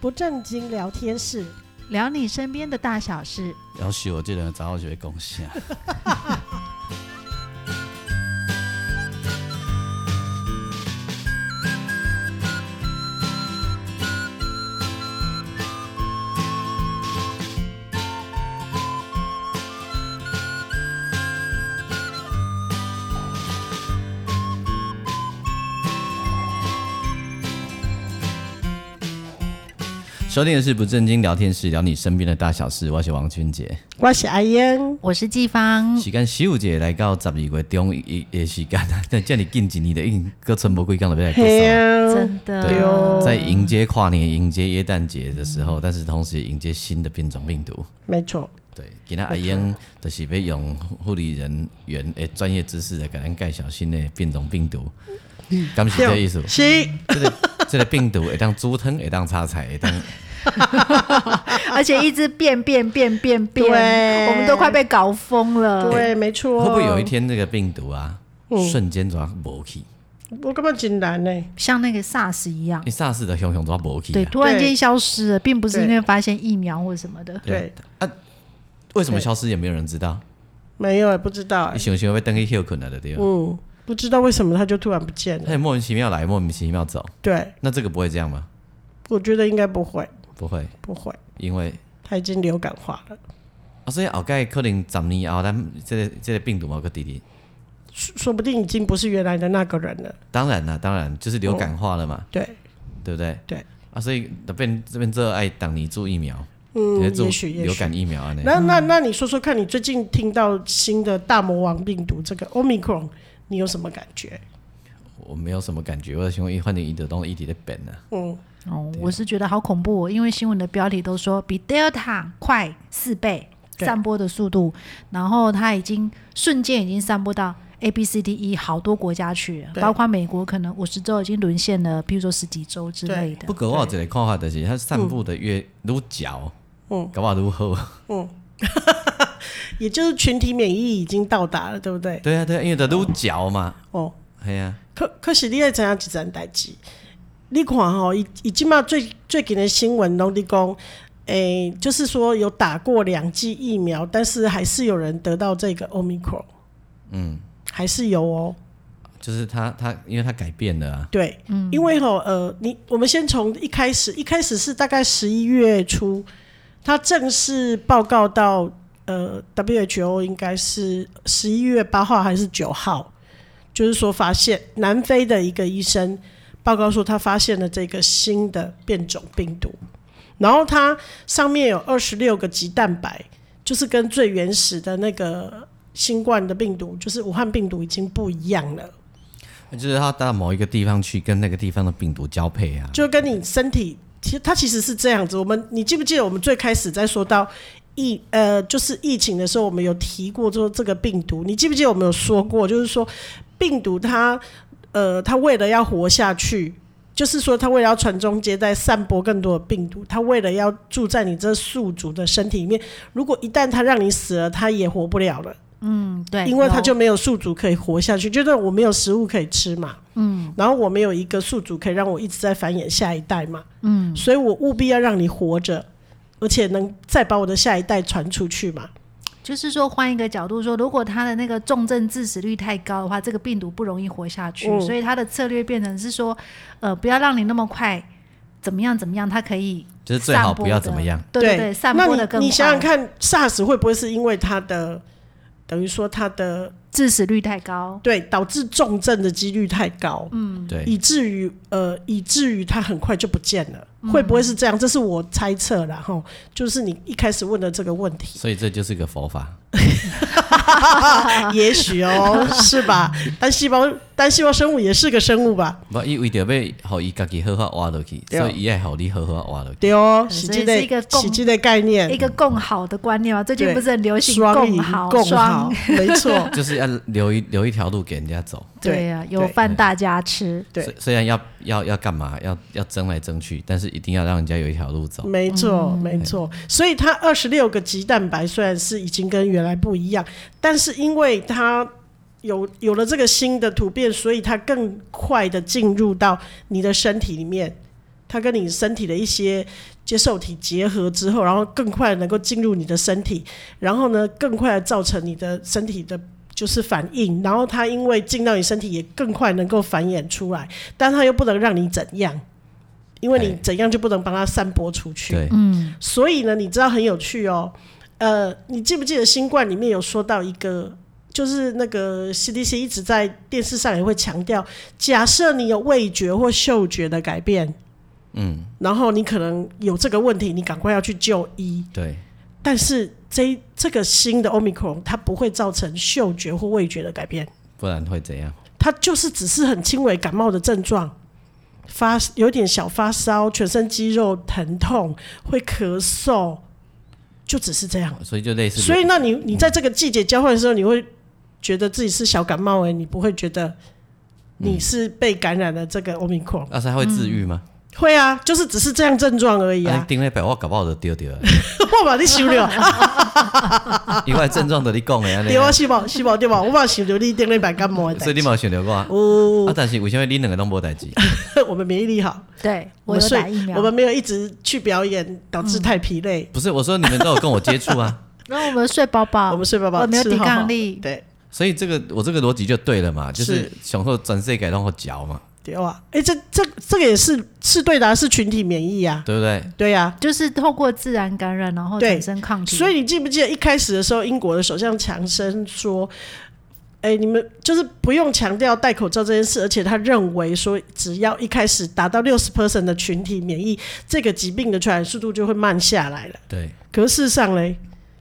不正经聊天室，聊你身边的大小事。要是我这人早就会贡献。收听的是不正经聊天室，聊你身边的大小事。我是王俊杰，我是阿燕，我是季芳，时间十五节来到十二月中一的时间，但叫你近几年的应搁剩无几天就要来过嘿生。啊，真的对哦在迎接跨年、迎接耶诞节的时候，但是同时也迎接新的变种病毒。没错，对，今天阿英就是要用护理人员的专业知识来给咱介绍新的变种病毒，敢是这个意 思？是，这个这个病毒会当煮汤，会当炒菜，会当而且一直变变变变变，对我们都快被搞疯了。对，没错。会不会有一？天这个病毒啊，嗯瞬间怎啊无去？我根本很难呢。像那个 SARS 一样，你 SARS 的熊熊怎啊无去对，啊？突然间消失了，并不是对因为发现疫苗或什么的。对，啊，为什么消失也没有人知道？没有，不知道你。想想要等去休困了对不对？嗯，不知道为什么他就突然不见他了。也莫名其妙来，莫名其妙走，对，那这个不会这样吗？我觉得应该不会，不会，不会，因为他已经流感化了。啊，所以后盖可能十年后，咱这个这个病毒某个弟弟，说说不定已经不是原来的那个人了。当然啦，当然就是流感化了嘛，嗯对，对不对？对啊，所以这边这边这爱党你注疫苗，嗯你在，也注许，也流许。感疫苗啊，那那那那你说说看，你最近听到新的大魔王病毒这个 Omicron，你有什么感觉？我没有什么感觉，我想一换成一的东西一直在变啊，嗯，哦，我是觉得好恐怖、哦，因为新闻的标题都说比 Delta 快四倍对散播的速度，然后它已经瞬间已经散播到 A、B、C、D、E 好多国家去了，对包括美国可能五十州已经沦陷了，比如说十几州之类的不。过我有一个看法就是，它散布的越愈嚼，嗯，搞不好愈好。也就是群体免疫已经到达了，对不对？ 对啊，对啊，因为它愈嚼嘛，哦，系啊，可可是你也知影一件代志，你看吼、伊伊即嘛最最近的新闻拢伫讲，诶、就是说有打过两剂疫苗，但是还是有人得到这个 Omicron，嗯，还是有哦。就是它它因为它改变了啊，对，因为吼、呃，你我们先从一开始，一开始是大概十一月初，它正式报告到呃 WHO 应该是十一月八号还是九号，就是说发现南非的一个医生报告说他发现了这个新的变种病毒，然后它上面有二十六个棘蛋白，就是跟最原始的那个新冠的病毒，就是武汉病毒已经不一样了。就是它到某一个地方去跟那个地方的病毒交配啊，就跟你身体，其实它其实是这样子。我们你记不记得我们最开始在说到疫呃，就是疫情的时候，我们有提过说这个病毒，你记不记得我们有说过，就是说病毒它呃，它为了要活下去。就是说，它为了要传宗接代、散播更多的病毒，它为了要住在你这宿主的身体里面。如果一旦它让你死了，它也活不了了。嗯，对，因为它有就没有宿主可以活下去，就是我没有食物可以吃嘛，嗯，然后我没有一个宿主可以让我一直在繁衍下一代嘛，嗯，所以我务必要让你活着，而且能再把我的下一代传出去嘛，就是说换一个角度说，如果它的那个重症致死率太高的话，这个病毒不容易活下去，嗯所以它的策略变成是说，呃，不要让你那么快。怎么样？怎么样？它可以就是最好散播不要的怎么样。对对对，散那播的更你快。你想想看，SARS 会不会是因为它的等于说它的致死率太高，对导致重症的几率太高，嗯对，以至于呃，以至于它很快就不见了，嗯会不会是这样？这是我猜测啦，哈，就是你一开始问的这个问题。所以这就是个佛法。 也许哦，是吧？单细胞单细胞生物也是个生物吧？不，伊为着要互伊家己好好活落去，对所以伊爱互你好好活落去。对哦，嗯洗所以剂是一个的共洗剂的概一念，个共好的观念嘛，最近对不是很流行双赢 好共好双，，没错， 就是要留一留一条路给人家走。对对啊，有对饭大家吃，对虽虽然要要要干嘛，要要争来争去，但是一定要让人家有一条路走。没嗯错，没错。所以它二十六个棘蛋白虽然是已经跟原来不一样，但是因为它有有了这个新的突变，所以它更快的进入到你的身体里面。它跟你身体的一些接受体结合之后，然后更快能够进入你的身体，然后呢，更快地造成你的身体的。就是反应，然后它因为进到你身体也更快能够繁衍出来，但它又不能让你怎样，因为你哎怎样就不能把它散播出去。对，嗯所以呢，你知道很有趣哦。呃，你记不记得新冠里面有说到一个，就是那个 CDC 一直在电视上也会强调，假设你有味觉或嗅觉的改变，嗯，然后你可能有这个问题，你赶快要去就医。对，但是这这个新的 Omicron 它不会造成嗅觉或味觉的改变，不然会怎样？它就是只是很轻微感冒的症状，发有点小发烧，全身肌肉疼痛，会咳嗽，就只是这样。所以就类似，所以，那你你在这个季节交换的时候，你会觉得自己是小感冒哎、你不会觉得你是被感染了这个 Omicron？、那它会治愈吗？会啊，就是只是这样症状而已啊，你啊。顶礼拜我搞不好就丢掉了，我把你修了，啊因为症状都你讲的安尼对啊，是无是无对吧？我把想到你顶礼拜感冒的 代所以你志。冇想到过啊？哦，啊，但是为什么你两个都无代志？ 我们免疫力好，对我我们有睡打疫苗，我们没有一直去表演，导致太疲累。不是，我说你们都有跟我接触啊， 然后我们睡饱饱，我们睡饱饱，啊我没有吃抵好好抗力，对所以这个我这个逻辑就对了嘛，就是是享受转世改让我嚼嘛，对哇，哎，这这这个也是是对的、啊，是群体免疫呀、啊，对不对？对呀、就是透过自然感染，然后对产生抗体。所以你记不记得一开始的时候，英国的首相强生说：“哎，你们就是不用强调戴口罩这件事，而且他认为说，只要一开始达到六十 percent 的群体免疫，这个疾病的传染速度就会慢下来了。对，”可是事实上嘞，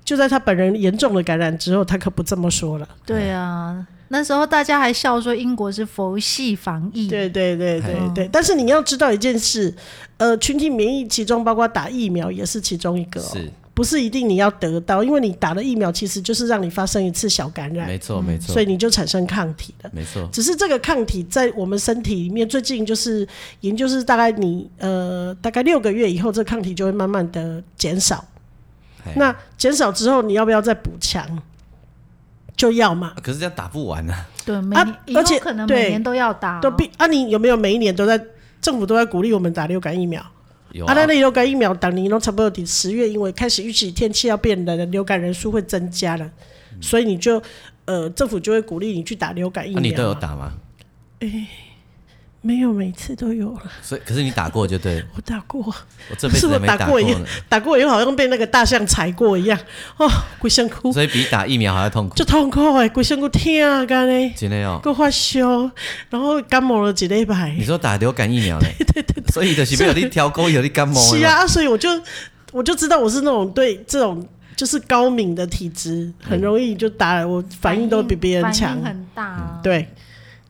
就在他本人严重的感染之后，他可不这么说了。对啊，那时候大家还笑说英国是佛系防疫，对对对对哎对，但是你要知道一件事，呃，群体免疫其中包括打疫苗也是其中一个、哦，是不是一定你要得到，因为你打了疫苗其实就是让你发生一次小感染，没错，没嗯错所以，你就产生抗体了。没错，只是这个抗体在我们身体里面，最近就是研究是大概你呃大概六个月以后，这抗体就会慢慢的减少。嘿那减少之后，你要不要再补强？就要嘛啊，可是这样打不完啊，对，每啊年以后而且可能对每年都要打哦，都必啊！你有没有每一年都在政府都在鼓励我们打流感疫苗？有啊，啊那，那流感疫苗当年都差不多底十月，因为开始预期天气要变冷，流感人数会增加了，所以你就呃，政府就会鼓励嗯啊你去打流感疫那苗。啊你都有？打吗？没有，每次都有了，所以可是你打过就对了，我打过，我这辈子是我还没打打过过一呢，打过以后好像被那个大象踩过一样，哦，鬼身哭，所以比打疫苗还要痛苦。就痛苦哎，鬼身哭痛啊，干嘞，真的哦，够发烧，然后感冒了几礼拜 你。说打流感疫苗 嘞？对对所以就是没有你挑钩，有你感冒的嘛是啊，所以我就我就知道我是那种对这种就是高敏的体质，很容易就打了，我反应都比别人哦反强应。很大啊。对，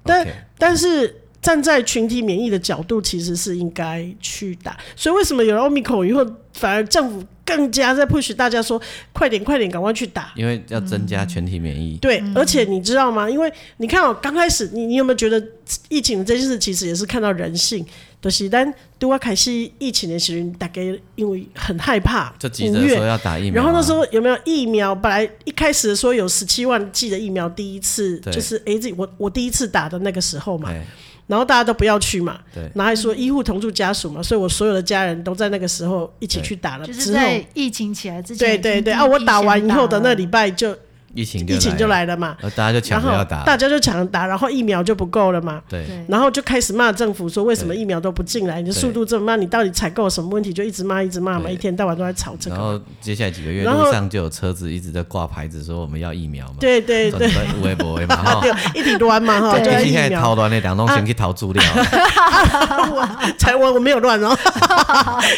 但 OK，但是站在群体免疫的角度，其实是应该去打。所以为什么有了 Omicron 以后，反而政府更加在 push 大家说，快点快点，赶快去打。因为要增加全体免疫，对，而且你知道吗？因为你看哦，刚开始你你有没有觉得疫情这件事其实也是看到人性？就是但对我开始疫情的时候，大家因为很害怕，就急五着月说要打疫然苗啊。后那时候有没有疫苗？本来一开始说有十七万剂的疫苗，第一次对就是哎，这我我第一次打的那个时候嘛，哎，然后大家都不要去嘛，对，然后还说医护同住家属嘛，所以我所有的家人都在那个时候一起对去打了，哦就是之后在疫情起来之前，对对对啊，我打完以后的那礼，拜就疫情就疫情就，来了嘛，呃，大家就然抢着后要打，大家就抢着打，然后疫苗就不够了嘛。对，对，然后就开始骂政府说，为什么对疫苗都不进来？你的对速度这么慢，你到底采购有什么问题？就一直骂，一直骂嘛，对一天到晚都在吵这个然嘛。后接下来几个月然后路上就有车子一直在挂牌子说我们要疫苗嘛，对对对，，对，微博嘛啊哈 啊对，一直乱嘛哈，对就在一疫起开始苗啊逃。乱的，两东先去逃资料，我才我我没有乱哦。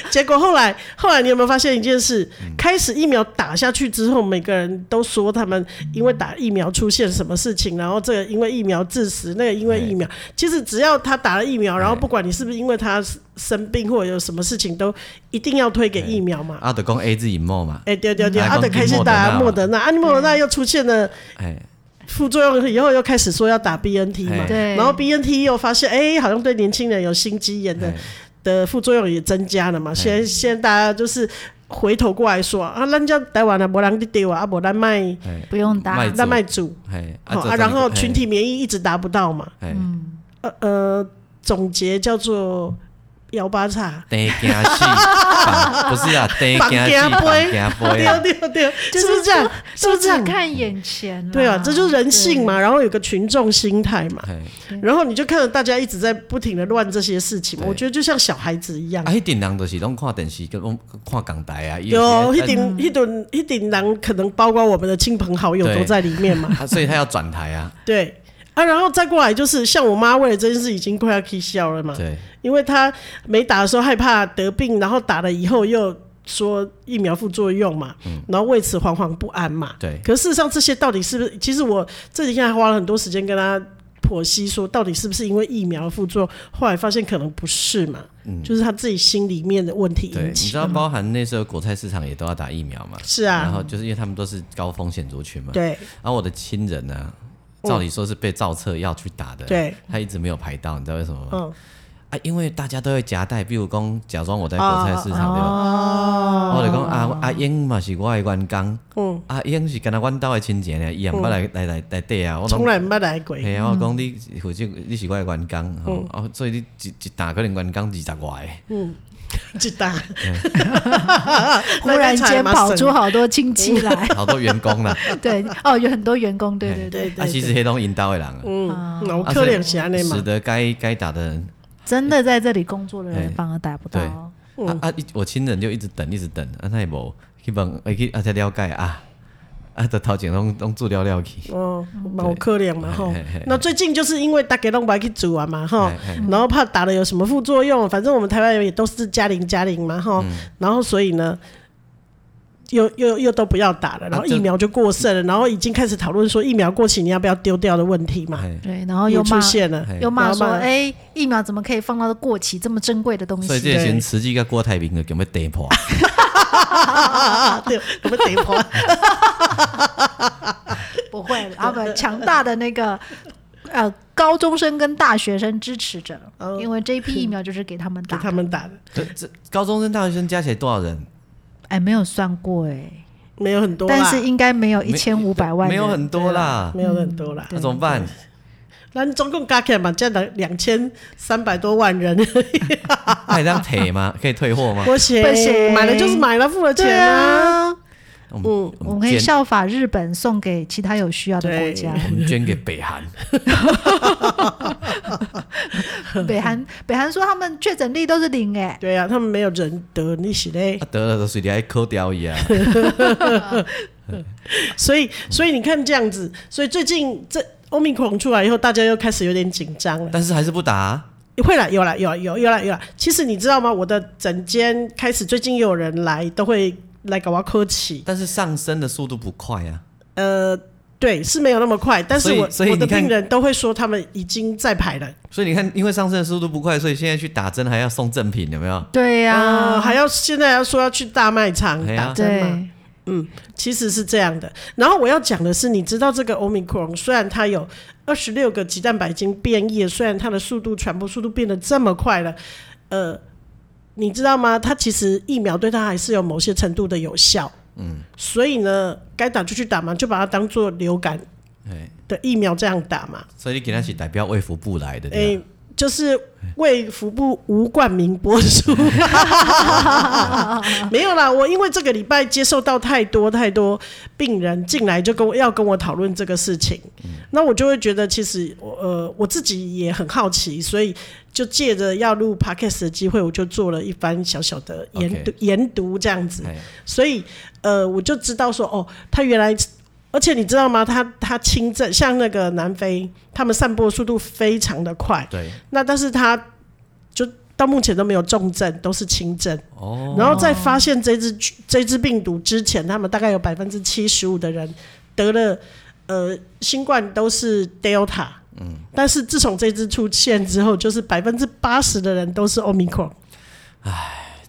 结果后来后来你有没有发现一件事？开始疫苗打下去之后，每个人都说他们因为打疫苗出现什么事情，然后这个因为疫苗致死，那个因为疫苗。其实只要他打了疫苗，然后哎不管你是不是因为他生病或者有什么事情，都一定要推给疫苗嘛。 啊，就讲 A 字引墨嘛，哎、对对对，哎啊，讲得开始打莫莫德德纳，啊，你莫德纳又出现了。哎，副作用以后又开始说要打 BNT 嘛哎，对然后 BNT 又发现，哎、好像对年轻人有心肌炎的哎的副作用也增加了嘛。现在现在大家就是回头过来说啊，咱叫台湾的没人去丢啊，啊，无咱卖哎不用打，卖咱卖主，哎，哦这啊，然后哎群嗯体免疫一直达不到嘛。哎，呃呃，总结叫做摇把叉，灯 惊死，绑不是啊，灯绑惊惊死，绑杯惊杯 对啊，对对，是不是这样？是都不是这只样？看眼前啦。对啊，这就是人性嘛，对。然后有个群众心态嘛，嘿然后你就看到大家一直在不停的乱这些事情，对我觉得就像小孩子一样啊，。迄阵人就是拢看电视，跟拢看港台啊，伊有时一啊顶一顶一顶狼，可能包括我们的亲朋好友对都在里面嘛。啊，所以他要转台啊，对啊，然后再过来就是像我妈为了这件事已经快要气笑了 嘛，对，因为她没打的时候害怕得病，然后打了以后又说疫苗副作用嘛，然后为此惶惶不安嘛。嗯对可事实上这些到底是不是？其实我这几天还花了很多时间跟她剖析，说到底是不是因为疫苗副作用？后来发现可能不是嘛，就是她自己心里面的问题嗯对，引你起知的。道包含那时候国菜市场也都要打疫苗嘛，是啊然后就是因为他们都是高风险族群嘛，对嗯然后我的亲人呢、照理说是被照册要去打的，对，他一直没有排到，你知道为什么吗？嗯啊，因为大家都会夹带，比如讲假装我在国菜市场、对吧？哦，我就讲啊，阿英嘛是我的员工，嗯，阿英是跟他阮兜的亲戚呢，伊也毋捌来来来来缀啊，我拢从来没来过。系啊，我嗯讲你负责你是我的员工，吼、啊，所以你一一打可能员工二十外 个，知道。 忽然间跑出啊好多亲戚来，好多员工啦， 对，哦，有很多员工，对对对， 对啊，对，其实黑拢因兜的人啊，嗯，老啊可怜是安尼使嘛，得该该打的人，真的在这里工作的人哎反而打不对到。嗯啊啊，一我亲人就一直等，一直等，啊，那也无去问，啊去啊才了解啊，啊，都头前拢拢做了了去，哦，嗯老可怜嘛吼嘿嘿嘿。那最近就是因为大家都不爱去煮啊嘛吼嘿嘿，然后怕打了有什么副作用，反正我们台湾人也都是嘉玲嘉玲嘛吼，嗯然后所以呢。又又又都不要打了，然后啊就疫苗就过剩了，然后已经开始讨论说疫苗过期你要不要丢掉的问题嘛，嘿对，然后也哦又出骂现了。嘿又骂说然后：“骂哎，疫苗怎么可以放到过期这么珍贵的东所以西这个时对阵慈济甲郭台铭就叫要跌 破，啊对，我们等一 会儿？”不会， 啊不，强大的那个呃高中生跟大学生支持者，哦因为这一批疫苗就是给他们给打他的。们打的，这这高中生大学生加起来多少人？哎，没有算过哎，没有很多啦，啊但是应该没有没一千五百万人，没有很多啦，没有很多啦。嗯那怎么办？咱总共加起来嘛，占了两千三百多万人，啊 那你这样退吗？可以退货吗？不行，不行买了就是买了，付了对钱啊。啊，嗯，我们可以捐效法日本，送给其他有需要的国家。我们捐给北韩，北韩，北韩说他们确诊例都是零哎，对啊，他们没有人得你是嘞啊，，得了就随便还扣掉一啊。所以所以你看这样子，所以最近这欧米狂出来以后，大家又开始有点紧张了。但是还是不打、啊，会啦，有啦，有啦有有啦有啦。其实你知道吗？我的诊间开始最近有人来，都会来搞我科起。但是上升的速度不快啊。呃，对，是没有那么快，但是所以我所以我的你看病人都会说他们已经在排了。所以你看，因为上升的速度不快，所以现在去打针还要送赠品，有没有？对啊，呀，还要现在要说要去大卖场哎呀打针嘛，对，其实是这样的。然后我要讲的是，你知道这个 Omicron 虽然它有二十六个棘蛋白晶变异，虽然它的速度传播速度变得这么快了，呃，你知道吗？它其实疫苗对它还是有某些程度的有效。嗯，所以呢，该打就去打嘛，就把它当做流感哎，的疫苗这样打嘛。所以你给他是代表卫福部来的，诶、对吧？就是为服部吴冠明播 出，没有啦。我因为这个礼拜接受到太多太多病人进来，就跟我要跟我讨论这个事情，嗯那我就会觉得其实我呃我自己也很好奇，所以就借着要录 podcast 的机会，我就做了一番小小的研读 OK 研读这样子。哎，所以呃，我就知道说，哦，他原来，而且你知道吗？他他轻症，像那个南非，他们散播速度非常的快，对，那但是他就到目前都没有重症，都是轻症。哦，然后在发现这只这只病毒之前，他们大概有百分之七十五的人得了呃新冠都是 Delta。嗯，但是自从这只出现之后，就是百分之八十的人都是 Omicron。讲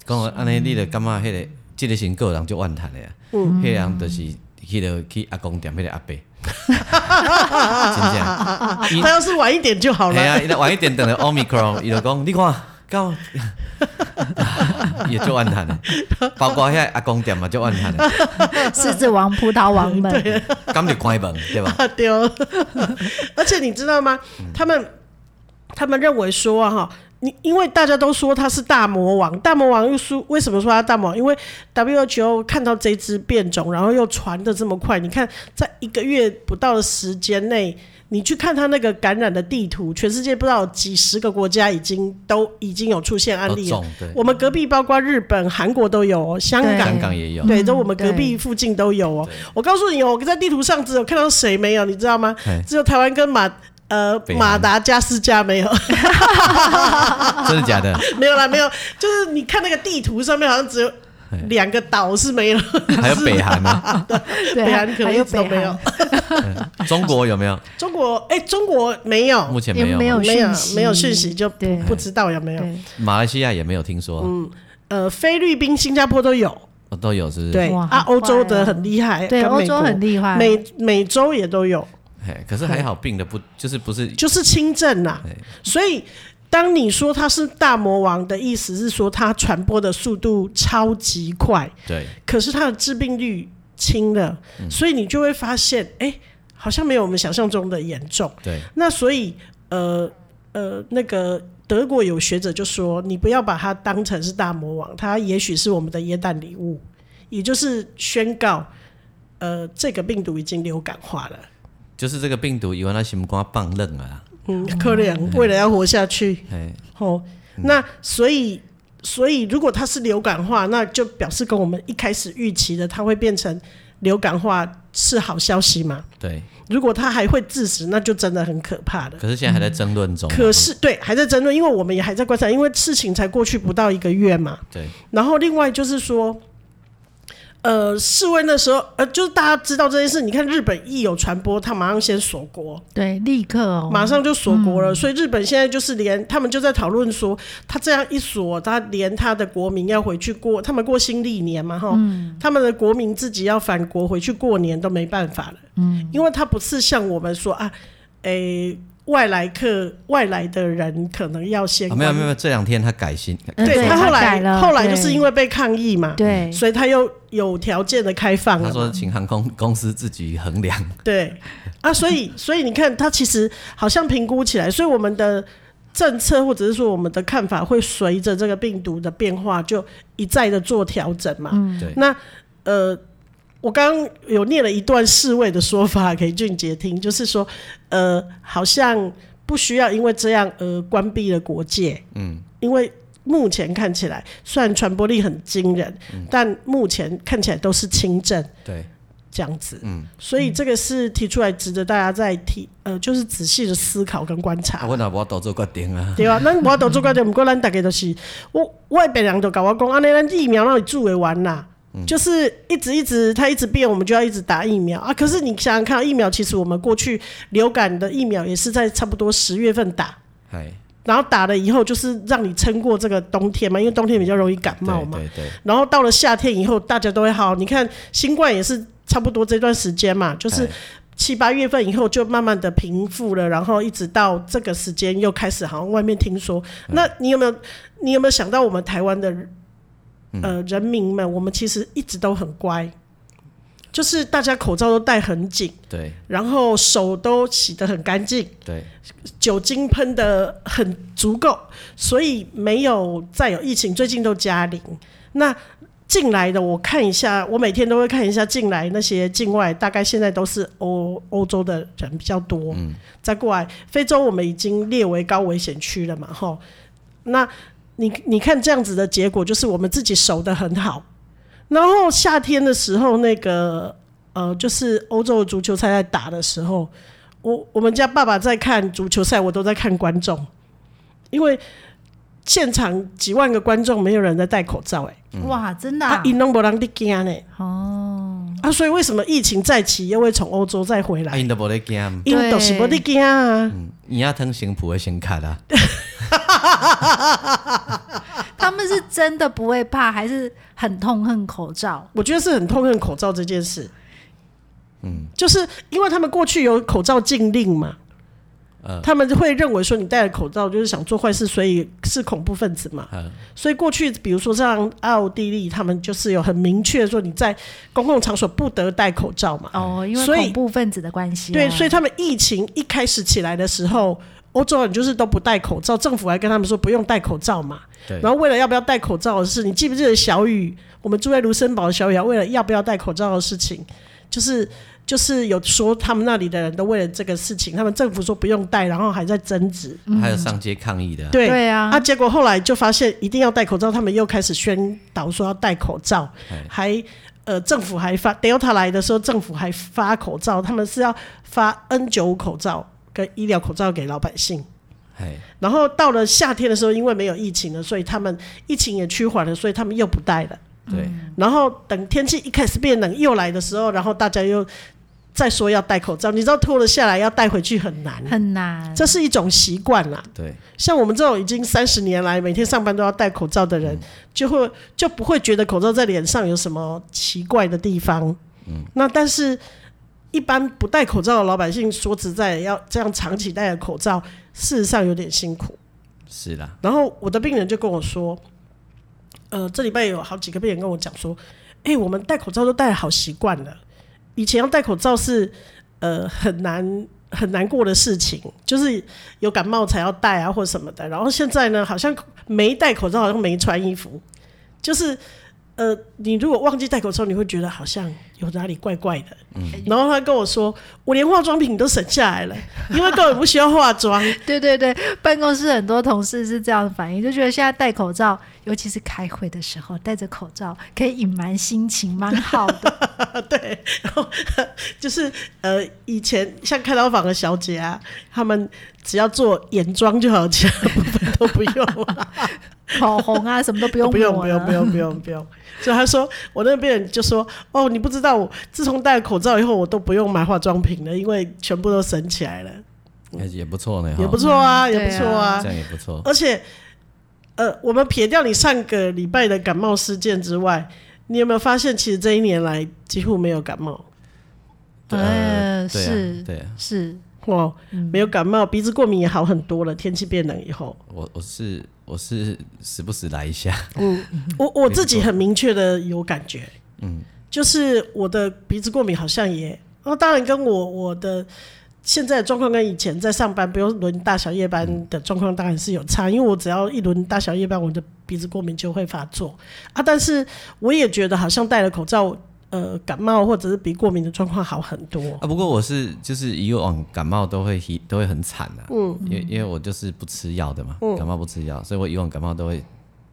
到安尼，你就感觉迄、个，即、个先个人就怨叹的啊。迄个人就是去了去阿公店迄个阿伯，真正。他要是晚一点就好哎了。呀，伊就晚一点等到 Omicron，伊就讲，你看，到也就怨叹的，包括遐阿公店嘛就怨叹的，狮子王、葡萄王 们，咁就关门对吧？啊，对 哦。而且你知道吗？他们他们认为说啊哈、你因为大家都说他是大魔王，大魔王又说为什么说他大魔王？因为 WHO 看到这只变种，然后又传的这么快，你看在一个月不到的时间内，你去看他那个感染的地图，全世界不知道有几十个国家已经都已经有出现案都例了。中对，啊我们隔壁包括日本、韩国都有哦，香对港香港也有，对，嗯都我们隔壁对附近都有哦。我告诉你哦，我在地图上只有看到谁没有，你知道吗嘿？只有台湾跟马呃北韩马达加斯加没有，真的 假的？没有啦，没有。就是你看那个地图上面好像只有嘿两个岛是没有，还有北韩呢？对北韩可能还一有直都北没有韩。中国有没有？中国哎，中国没有目，前也没有没嘛，有啊哦没有讯息没有讯息就不对不知道有没有。对，马来西亚也没有听说，呃，菲律宾、新加坡都有，哦都有是不是？对哇啊，好欧洲快的哦很厉害，对，跟欧美洲国很厉害，美美洲也都有。嘿，可是还好病的不就是不是就是轻症啦、对所以，当你说他是大魔王的意思是说，他传播的速度超级快，对可是他的致病率轻了，所以你就会发现，哎、好像没有我们想象中的严重。对那所以，呃呃，那个德国有学者就说，你不要把它当成是大魔王，它也许是我们的耶诞礼物，也就是宣告，呃，这个病毒已经流感化了。就是这个病毒，以为他心肝棒愣啊，嗯，可怜，为了要活下去，嘿，哦，那所以所以如果它是流感化，那就表示跟我们一开始预期的它会变成流感化是好消息嘛？对。如果它还会致死，那就真的很可怕的。可是现在还在争论中啊，可是对，还在争论，因为我们也还在观察，因为事情才过去不到一个月嘛。对然后另外就是说，呃，世卫那时候，呃，就是大家知道这件事，你看日本一有传播，他马上先锁国，对，立刻哦，马上就锁国嗯了，所以日本现在就是连他们就在讨论说，他这样一锁，他连他的国民要回去过，他们过新历年嘛哈，嗯他们的国民自己要返国回去过年都没办法了，嗯，因为他不是像我们说啊，诶、外来客外来的人可能要先啊关、没有没有，没有这两天他改新，嗯对对他他后来改了后来就对是因为被抗议嘛，对，所以他又啊有条件的开放了嘛，他说请航空公司自己衡量，对啊，所以所以你看，它其实好像评估起来，所以我们的政策或者是说我们的看法会随着这个病毒的变化，就一再的做调整嘛。对那呃，我刚刚有念了一段世卫的说法给俊杰听，就是说呃，好像不需要因为这样而关闭了国界，嗯，因为。目前看起来，虽然传播力很惊人，但目前看起来都是轻症。对这样子，嗯所以这个是提出来值得大家再提，呃，就是仔细的思考跟观察，啊，我哪无都做决 定啊，对吧？咱我都做观点，不过咱大家都、是，我外边人都跟我讲，安尼咱疫苗让你注为完啦，嗯就是一直一直它一直变，我们就要一直打疫苗嗯啊。可是你想想看，疫苗其实我们过去流感的疫苗也是在差不多十月份打。哎，然后打了以后，就是让你撑过这个冬天嘛，因为冬天比较容易感冒对嘛。对对，然后到了夏天以后，大家都会好。你看新冠也是差不多这段时间嘛，就是哎七八月份以后就慢慢的平复了，然后一直到这个时间又开始，好像外面听说。那你有没有你有没有想到我们台湾的呃人民们，我们其实一直都很乖，就是大家口罩都戴很紧，对然后手都洗得很干净，对酒精喷的很足够，所以没有再有疫情，最近都加零。那进来的我看一下，我每天都会看一下进来那些境外，大概现在都是欧欧洲的人比较多，再过来非洲我们已经列为高危险区了嘛，吼。那你你看这样子的结果，就是我们自己守得很好，然后夏天的时候那个。呃，就是欧洲的足球赛在打的时候，我我们家爸爸在看足球赛，我都在看观众，因为现场几万个观众，没有人在戴口罩、欸，哇，真的哎、啊啊，，伊弄不让你惊呢，哦，啊，所以为什么疫情再起又会从欧洲再回啊，来？因都无咧惊，因都是不得惊啊，伊阿汤新浦的先卡啦，他们是真的不会怕，还是很痛恨口罩？我觉得是很痛恨口罩这件事。嗯，就是因为他们过去有口罩禁令嘛，呃他们会认为说你戴了口罩就是想做坏事，所以是恐怖分子嘛。呃所以过去，比如说像奥地利，他们就是有很明确说你在公共场所不得戴口罩嘛。哦，因为所以恐怖分子的关系啊、对，所以他们疫情一开始起来的时候，欧洲人就是都不戴口罩，政府还跟他们说不用戴口罩嘛。对然后为了要不要戴口罩的事，你记不记得小雨？我们住在卢森堡的小雨，为了要不要戴口罩的事情，就是就是有说他们那里的人都为了这个事情，他们政府说不用戴，然后还在争执。还有上街抗议的啊，嗯对对啊啊，结果后来就发现一定要戴口罩，他们又开始宣导说要戴口罩哎，还呃政府还发 Delta 来的时候，政府还发口罩，他们是要发 N 九五口罩跟医疗口罩给老百姓。哎，然后到了夏天的时候，因为没有疫情了，所以他们疫情也趋缓了，所以他们又不戴了。对，然后等天气一开始变冷又来的时候，然后大家又再说要戴口罩，你知道脱了下来要戴回去很难，很难。这是一种习惯啦。对，像我们这种已经三十年来每天上班都要戴口罩的人，就会就不会觉得口罩在脸上有什么奇怪的地方。嗯，那但是，一般不戴口罩的老百姓，说实在，要这样长期戴着口罩，事实上有点辛苦。是啦，然后我的病人就跟我说，呃，这礼拜有好几个病人跟我讲说，哎、我们戴口罩都戴得好习惯了，以前要戴口罩是呃很难很难过的事情，就是有感冒才要戴啊或什么的。然后现在呢，好像没戴口罩，好像没穿衣服，就是。呃，你如果忘记戴口罩，你会觉得好像有哪里怪怪的。然后他跟我说，我连化妆品都省下来了，因为根本不需要化妆。对对对，办公室很多同事是这样的反应，就觉得现在戴口罩，尤其是开会的时候戴着口罩，可以隐瞒心情，蛮好的。 对，然后就是呃，以前像开刀房的小姐啊，她们只要做眼妆就好，其他部分都不 用了口红啊，什么都不用不用，抹不用，了不用，不用，不用。所以她说，我那边人就说，哦，你不知道，我自从戴了口罩以后，我都不用买化妆品了，因为全部都省起来了，还是也不错呢，也不哈，错啊，也对不错啊啊这。样也不错，而且，呃，我们撇掉你上个礼拜的感冒事件之外，你有没有发现，其实这一年来几乎没有感冒？对呃呃对啊是对啊，是哦，嗯没有感冒，鼻子过敏也好很多了。天气变冷以后，我我是我是时不时来一下，我我自己很明确的有感觉，嗯，就是我的鼻子过敏好像也，那、当然跟我我的现在的状况跟以前在上班不用轮大小夜班的状况当然是有差，因为我只要一轮大小夜班，我的鼻子过敏就会发作啊。但是我也觉得好像戴了口罩，呃，感冒或者是鼻过敏的状况好很多。啊，不过我是就是以往感冒都会很都会很惨啊，嗯，因为因为我就是不吃药的嘛，嗯感冒不吃药，所以我以往感冒都会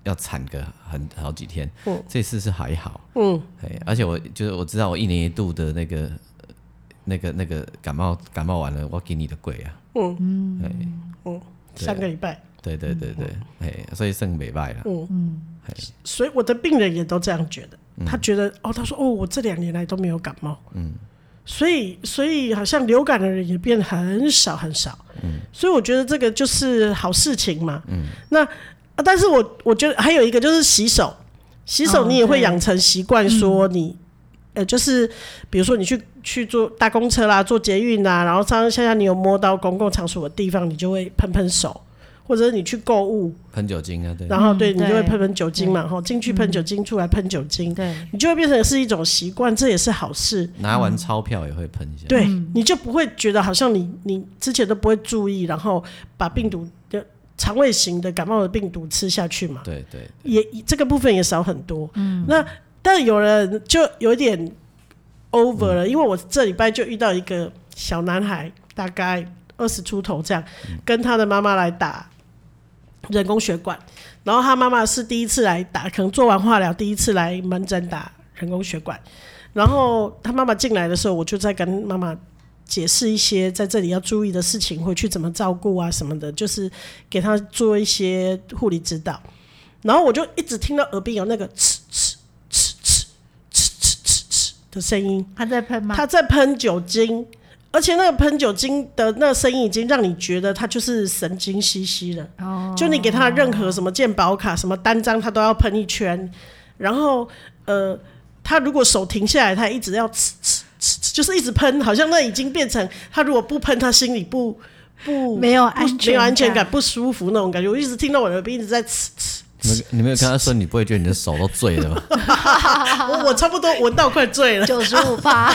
要惨个很好几天，嗯这次是还好，嗯，哎，而且我就是我知道我一年一度的那个呃那个那个感冒感冒完了，我给你的贵啊，嗯嗯，哎，对啊上个礼拜，对对对对，哎，所以剩没败了，嗯所以我的病人也都这样觉得，他觉得哦，他说哦，我这两年来都没有感冒，嗯，所以所以好像流感的人也变得很少很少，嗯，所以我觉得这个就是好事情嘛，嗯，那、啊但是我我觉得还有一个就是洗手，洗手哦你也会对嗯养成习惯，说你、呃就是比如说你去去坐搭公车啦，坐捷运啦，然后上上下下你有摸到公共场所的地方，你就会喷喷手，或者是你去购物，喷酒精啊，对，然后嗯对你就会对嗯喷喷酒精嘛，哈，进去喷酒精，出来喷酒精，对，你就会变成是一种习惯，这也是好事。拿完钞票也会喷一下，对，嗯你就不会觉得好像你你之前都不会注意，然后把病毒的肠胃型的感冒的病毒吃下去嘛，对对，也这个部分也少很多。嗯，那但有人就有点 over 了，因为我这礼拜就遇到一个小男孩，大概二十出头这样，跟他的妈妈来打人工血管，然后他妈妈是第一次来打，可能做完化疗第一次来门诊打人工血管，然后他妈妈进来的时候，我就在跟妈妈。解释一些在这里要注意的事情，回去怎么照顾啊什么的，就是给他做一些护理指导。然后我就一直听到耳边有那个呲呲呲呲呲呲呲呲的声音，他在喷吗？他在喷酒精，而且那个喷酒精的那个声音已经让你觉得他就是神经兮兮了。哦，就你给他任何什么健保卡、什么单张，他都要喷一圈。然后呃，他如果手停下来，他一直要呲呲呲呲，就是一直喷，好像那已经变成他如果不喷，他心里不不没有不安全没有安全感感，不舒服那种感觉。我一直听到我的耳边一直在呲呲你们你没有看到说你不会觉得你的手都醉了 吗？我我差不多闻到快醉了，九十五 趴，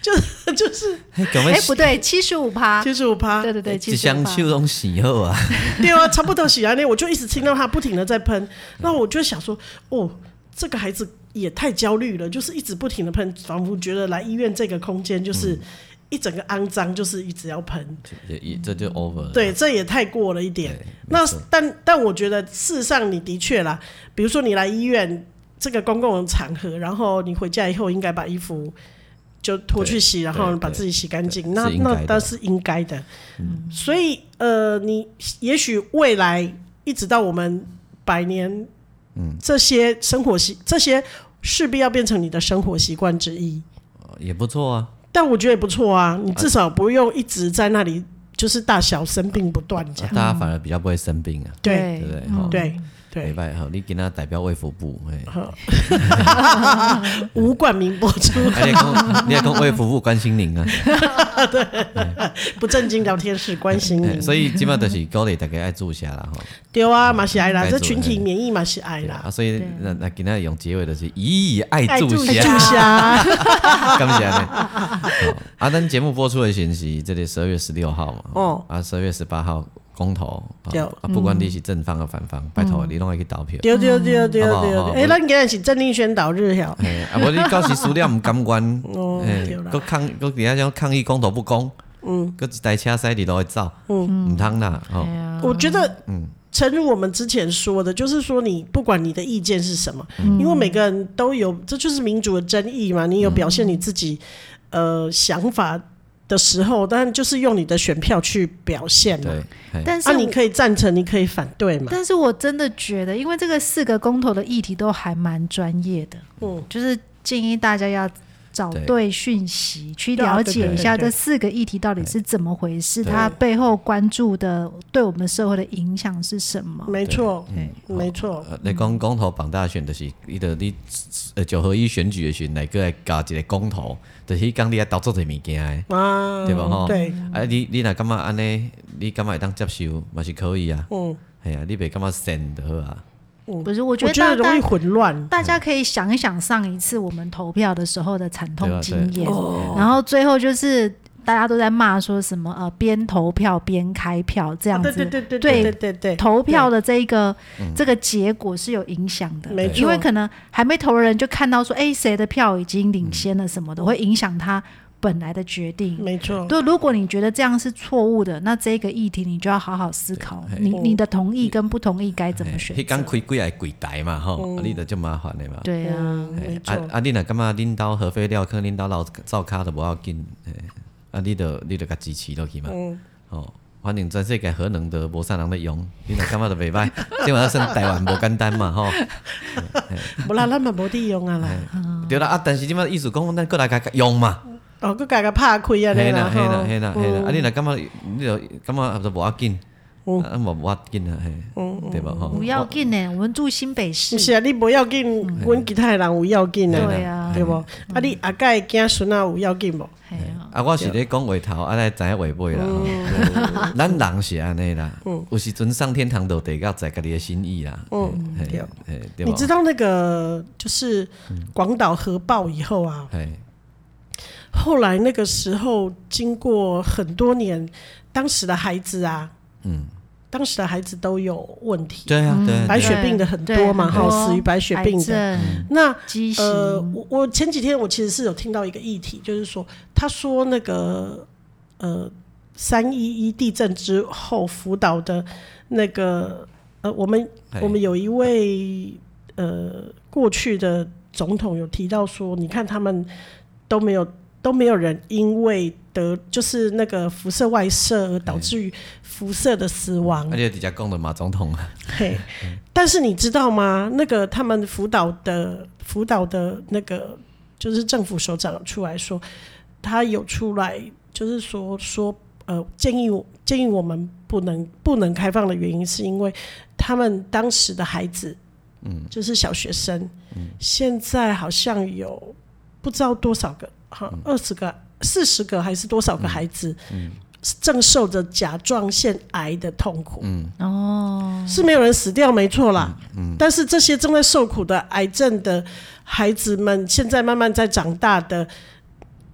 就是就是哎，赶快哎，不对，七十五趴， 七十五趴，对对对，一七十五箱趴。秋拢洗后啊， 对啊，差不多洗完呢，我就一直听到他不停的在喷，那我就想说，哦，这个孩子也太焦虑了，就是一直不停的喷，仿佛觉得来医院这个空间就是一整个肮脏，就是一直要喷。也也这就 over 了。嗯对，这也太过了一点。对，那没错但但我觉得，事实上你的确啦，比如说你来医院这个公共场合，然后你回家以后应该把衣服就脱去洗，然后对把自己洗干净，对那是应该那的那是应该的。所以呃，你也许未来一直到我们百年，嗯，这些生活习这些势必要变成你的生活习惯之一。哦也不错啊。但我觉得也不错啊，你至少不用一直在那里就是大小生病不断这啊样。大家反而比较不会生病啊，对对不对？嗯好，对礼对，嗯拜好，你给他代表卫福部，哎， 无冠名播出而且讲，哎你也讲卫福部关心您啊，不正经聊天室关心哎你，所以基本就是鼓励大家爱注射啦，吼。对啊，马是爱啦，该这哎做群体免疫马是爱对啦，啊，所以对啊那那今天用结尾就是，咦，爱爱注注射对爱射注啊啊，下，感 谢呢。好啊，咱节目播出的讯息，这里十二月十六号嘛，哦哦，啊，十二月十八号公投，对嗯啊，啊不管你是正方和反方，拜托你拢会去投票。 对对对对对好不好好不对，好哎，咱今天是政令宣导日了，嘿啊，无你到时输了毋甘 愿，哦嘿对啦搁抗，搁底下种抗议公投不公，嗯，搁一台车驶伫路会走，嗯，毋通啦，吼，我觉得，嗯诚如我们之前说的，就是说你不管你的意见是什么，因为每个人都有，这就是民主的争议嘛。你嗯有表现你自己、呃想法的时候，当然就是用你的选票去表现嘛。对，嘿但是啊，你我可以赞成，你可以反对嘛。但是我真的觉得，因为这个四个公投的议题都还蛮专业的，嗯，就是建议大家要找对对讯息，去对啊了对解对一下对这四个议题到底是怎么回事，对它背后关注的对我们社会的影响是什么。哦没错，对，没错，呃你讲公投绑大选，就是伊着你呃九合一选举的时候，来个来搞一个公投，就是迄讲你爱投做者物件的，啊，对吧吼对，啊，你你若感觉安尼，你感觉会当接受，嘛是可以啊，嗯，系啊，你袂感觉神就好啊，不是，我我觉得觉大得容易家混乱。大家可以想一想上一次我们投票的时候的惨对痛啊经验，哦然后最后就是大家都在骂说什么呃边投票边开票这样子，哦对对对对对对对对，投票的这一个嗯这个结果是有影响的，没错因为可能还没投的人就看到说，哎，谁的票已经领先了什么的，会影响他本来的决定。没错，对，如果你觉得这样是错误的，那这个议题你就要好好思考，你你的同哦意跟不同意该怎么选迄择讲。开几个柜台嘛，吼，啊你着就麻烦的嘛，对啊，嗯，没嘿错啊。啊！你若感觉恁兜核废料，可能恁兜老灶卡都无要紧，嘿啊！你着你着甲支持落去嘛。嗯哦，反正全世界核能都无啥人咧用，你若感觉都袂歹， 即玩意算台湾无简单嘛吼。无啦，咱嘛无利用啊哎啦，对啦，啊！但是即摆意思讲，咱过来甲甲用嘛。哦，佮家己拍开啊，嘿你啦啦，嘿啦吼嗯嘿啦嘿啦！啊！你若感觉你着感觉都无要紧，啊无无要紧啊，嗯嘿，对吧吼？不要紧呢，哦我们住新北不是市，啊，你无要紧，嗯阮其他的人有要紧啊，对啊对无？啊，你阿甲的囝孙仔啊有要紧无？哎呀啊，我是咧讲话头，啊，咱知影话尾啦。吼哦咱人是安 尼啦，嗯有时阵上天堂都得到在家己的心意啦。嗯，嘿对嘿对你吧嗯知？道那个就是广岛核爆以后啊，嘿，后来那个时候经过很多年，当时的孩子啊，嗯，当时的孩子都有问题，对啊，对啊，嗯白对啊血病的很多嘛，对很哈，多死于白血病癌的。症、那畸形，呃，我我前几天我其实是有听到一个议题，就是说，他说那个呃三一一地震之后，福岛的那个呃，我们嘿我们有一位呃过去的总统有提到说，你看他们都没有都没有人因为得就是那个辐射外射而导致于辐射的死亡啊，。你直接讲的马总统啊， 嘿，但是你知道吗？那个他们辅导的辅导的那个就是政府首长出来说，他有出来就是说说呃建议我建议我们不能不能开放的原因是因为他们当时的孩子，嗯，就是小学生，现在好像有不知道多少个，好二十个、四十个还是多少个孩子，正受着甲状腺癌的痛苦。哦，是没有人死掉，没错啦。但是这些正在受苦的癌症的孩子们，现在慢慢在长大的，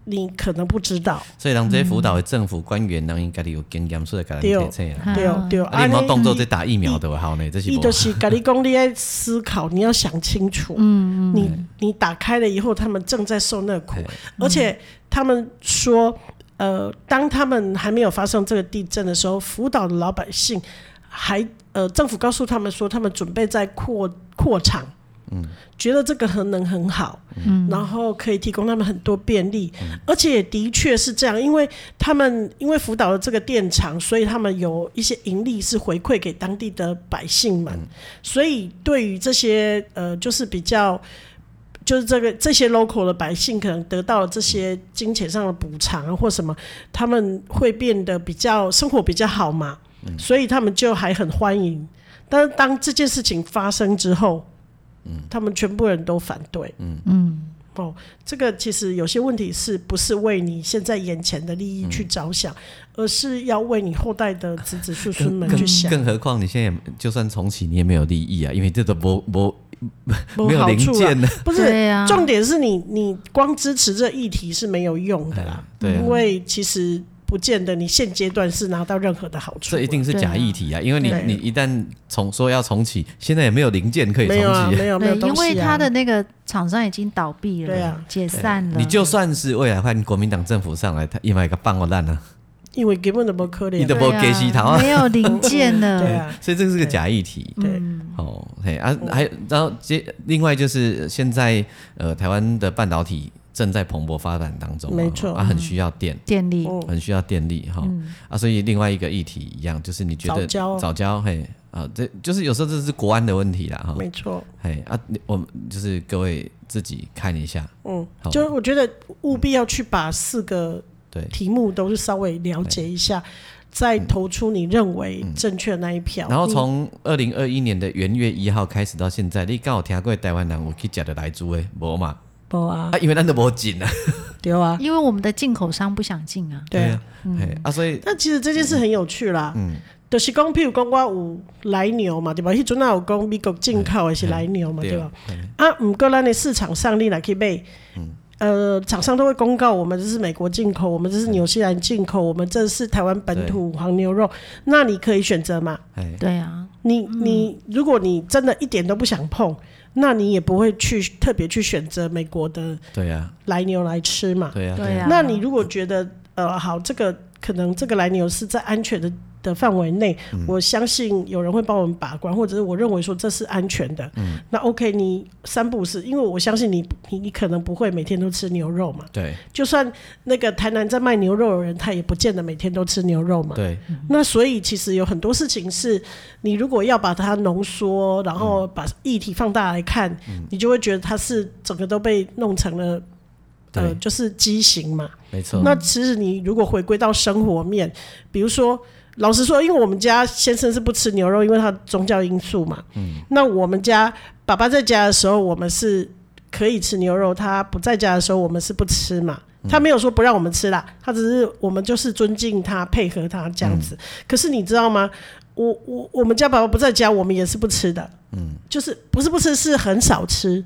你可能不知道。所以人这辅导的政府官员，人因家己有经验，所以甲人提醒啊。嗯对哦啊，对哦，啊，你冇动作，作在打疫苗的好呢，这是伊无就。是跟你讲，你要思考，你要想清楚。嗯，你你打开了以后，他们正在受那苦嘿，而且他们说，呃，当他们还没有发生这个地震的时候，福岛的老百姓还呃，政府告诉他们说，他们准备在扩扩厂，嗯，觉得这个核能很好，嗯，然后可以提供他们很多便利，而且也的确是这样，因为他们因为福岛的这个电厂，所以他们有一些盈利是回馈给当地的百姓们，所以对于这些呃，就是比较。就是这个这些 local 的百姓可能得到了这些金钱上的补偿啊或什么，他们会变得比较生活比较好嘛，嗯所以他们就还很欢迎。但是当这件事情发生之后，嗯他们全部人都反对，嗯嗯，哦，这个其实有些问题是不是为你现在眼前的利益嗯去着想，而是要为你后代的子子啊孙孙们去想，更何况你现在也就算重启，你也没有利益啊，因为这都无无没没有好零处啊件呢。不是，对啊重点是你你光支持这议题是没有用的啦，对啊因为其实不见得你现阶段是拿到任何的好处啊，这一定是假议题啊，因为你对你一旦重说要重启，现在也没有零件可以重没有啊，启。没有没有对，东因为西啊他的那个厂商已经倒闭了，对啊解散了， 你就算是未来换国民党政府上来，他也买个棒我烂啊，因为根本都不可你怜都啊，没对啊给洗头啊，没有零件 了，嗯对啊， 所以这是个假议题。对，哦，嘿啊，还有，然后接另外就是呃现在呃，台湾的半导体正在蓬勃发展当中嘛，没错啊，很需要电，电力，嗯很需要电力哈、啊，所以另外一个议题一样，就是你觉得早教早教嘿啊，这就是有时候这是国安的问题啦哈，没错，嘿啊，你我们就是各位自己看一下，嗯好，就是我觉得务必要去把四个对，题目都是稍微了解一下，再投出你认为正确的那一票，嗯然后你从二零二一年的元月一号开始到现在，你敢有听过台湾人有去食的来猪诶，无嘛？不啊啊，，因为咱都无进啊，对啊，因为我们的进口商不想进啊，对啊啊。，嘿啊，所以但其实这件事很有趣啦，嗯就是讲，譬如讲我有来牛嘛，对吧？迄阵啊有讲美国进口的是来牛嗯嘛，对吧？啊，毋过咱的市场上你来去买，嗯呃，厂商都会公告我们这是美国进口，我们这是纽西兰进口，我们这是台湾本土黄牛肉，那你可以选择嘛。嘿，对啊，你你，如果你真的一点都不想碰，那你也不会去特别去选择美国的对啊，来牛来吃嘛。对啊，对啊那你如果觉得呃好，这个可能这个来牛是在安全的的范围内，我相信有人会帮我们把关，或者是我认为说这是安全的。那 OK，你三不五时，因为我相信你，你你可能不会每天都吃牛肉嘛。对啊就算那个台南在卖牛肉的人，他也不见得每天都吃牛肉嘛。对那所以其实有很多事情是你如果要把它浓缩，然后把议题放大来看，你就会觉得它是整个都被弄成了呃，对，就是畸形嘛。没错，那其实你如果回归到生活面，比如说，老实说，因为我们家先生是不吃牛肉，因为他宗教因素嘛。嗯。那我们家爸爸在家的时候，我们是可以吃牛肉；他不在家的时候，我们是不吃嘛。他没有说不让我们吃啦，他只是我们就是尊敬他、配合他这样子。可是你知道吗？我我我们家爸爸不在家，我们也是不吃的。嗯，就是不是不吃，是很少吃。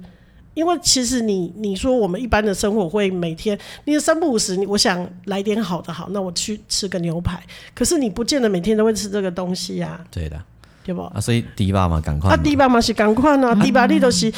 因为其实你你说我们一般的生活会每天，你三不五时，你我想来点好的好，那我去吃个牛排。可是你不见得每天都会吃这个东西呀、啊，对的对不？啊，所以迪爸嘛，赶快啊，嘛，迪巴嘛是赶快啊，迪巴利都是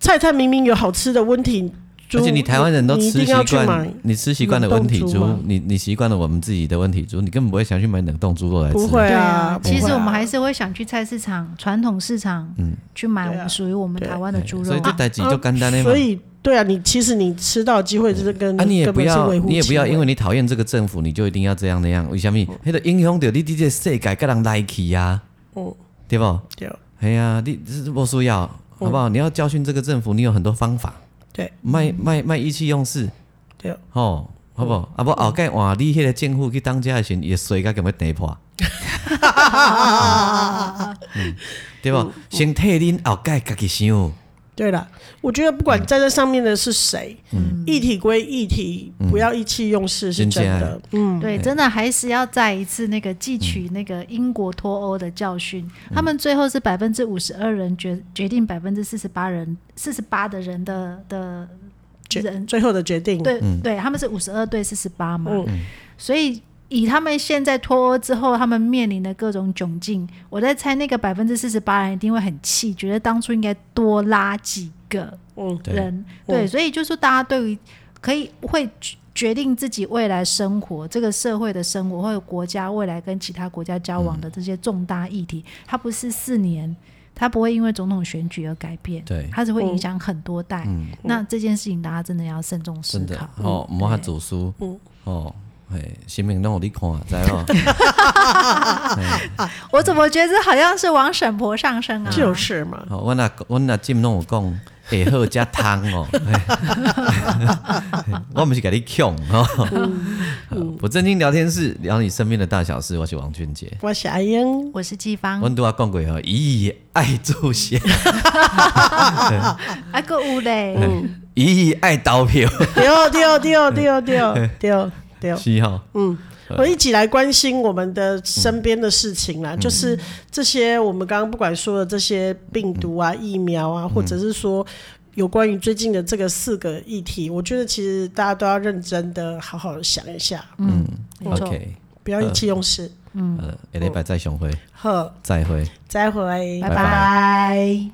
菜菜明明有好吃的问题，而且你台湾人都你一吃定习要去买惯，，你吃习惯了温体冷冻猪猪吗，你你习惯了我们自己的温体猪，你根本不会想去买冷冻猪肉来吃，不会对啊啊。，不会啊其实我们还是会想去菜市场、传统市场去买我对啊们属于我们对台湾的嘿猪嗯所肉以这啊，代志就简单的嘛所。以对啊，你其实你吃到的机会就是跟啊，你也嗯根不本是要，微乎你也不要，其微因为你讨厌这个政府，你就一定要这样那样。为什么？迄个影响到你这个世界，跟人来去呀，嗯对不？对哎呀，你这是不需要，哦好不好？你要教训这个政府，你有很多方法，对卖卖卖意气用事，对哦吼，好不好？啊不，后盖换你迄个政府去当家的时候，也水甲咁要跌 破，嗯哦对不？先替恁后盖家己想，对了，我觉得不管在这上面的是谁，嗯议题归议题，不要意气用事是真的。嗯，对，真的还是要再一次那个汲嗯取那个英国脱欧的教训。他们最后是百分之五十二人决决定百分之四十八人四十八的人的的决人，最后的决定，对、嗯对，他们是五十二对四十八嘛，嗯所以。以他们现在脱欧之后，他们面临的各种窘境，我在猜那个百分之四十八人一定会很气，觉得当初应该多拉几个嗯，对，人，嗯对，所以就说大家对于可以会决决定自己未来生活、这个社会的生活或者国家未来跟其他国家交嗯往的这些重大议题，它不是四年，它不会因为总统选举而改变，对它是会影响很多代。嗯，那这件事情大家真的要慎重思真的考。哦，毋好自私嗯，哦，嘿，新闻拢互你看，知 无？我怎么觉得好像是往沈婆上升啊？就是嘛。哦，阮阿阮阿金拢有讲，会好才 通哦。我毋是甲你强哦。嗯不正经聊天室，聊你身边的大小事。我是王俊杰，我是阿英，我是季芳阮，拄啊讲过哦，以爱做些，啊个乌嘞，以爱投票，丢丢丢丢丢 丢丢，是吼。嗯我一起来关心我们的身边的事情嗯啦，就是这些我们刚刚不管说的这些病毒啊、嗯疫苗啊，或者是说。有关于最近的这个四个议题，我觉得其实大家都要认真的好好想一下，嗯，没错，嗯 OK，不要意气用事。呃，下礼拜再相会，好，再会。再会，拜拜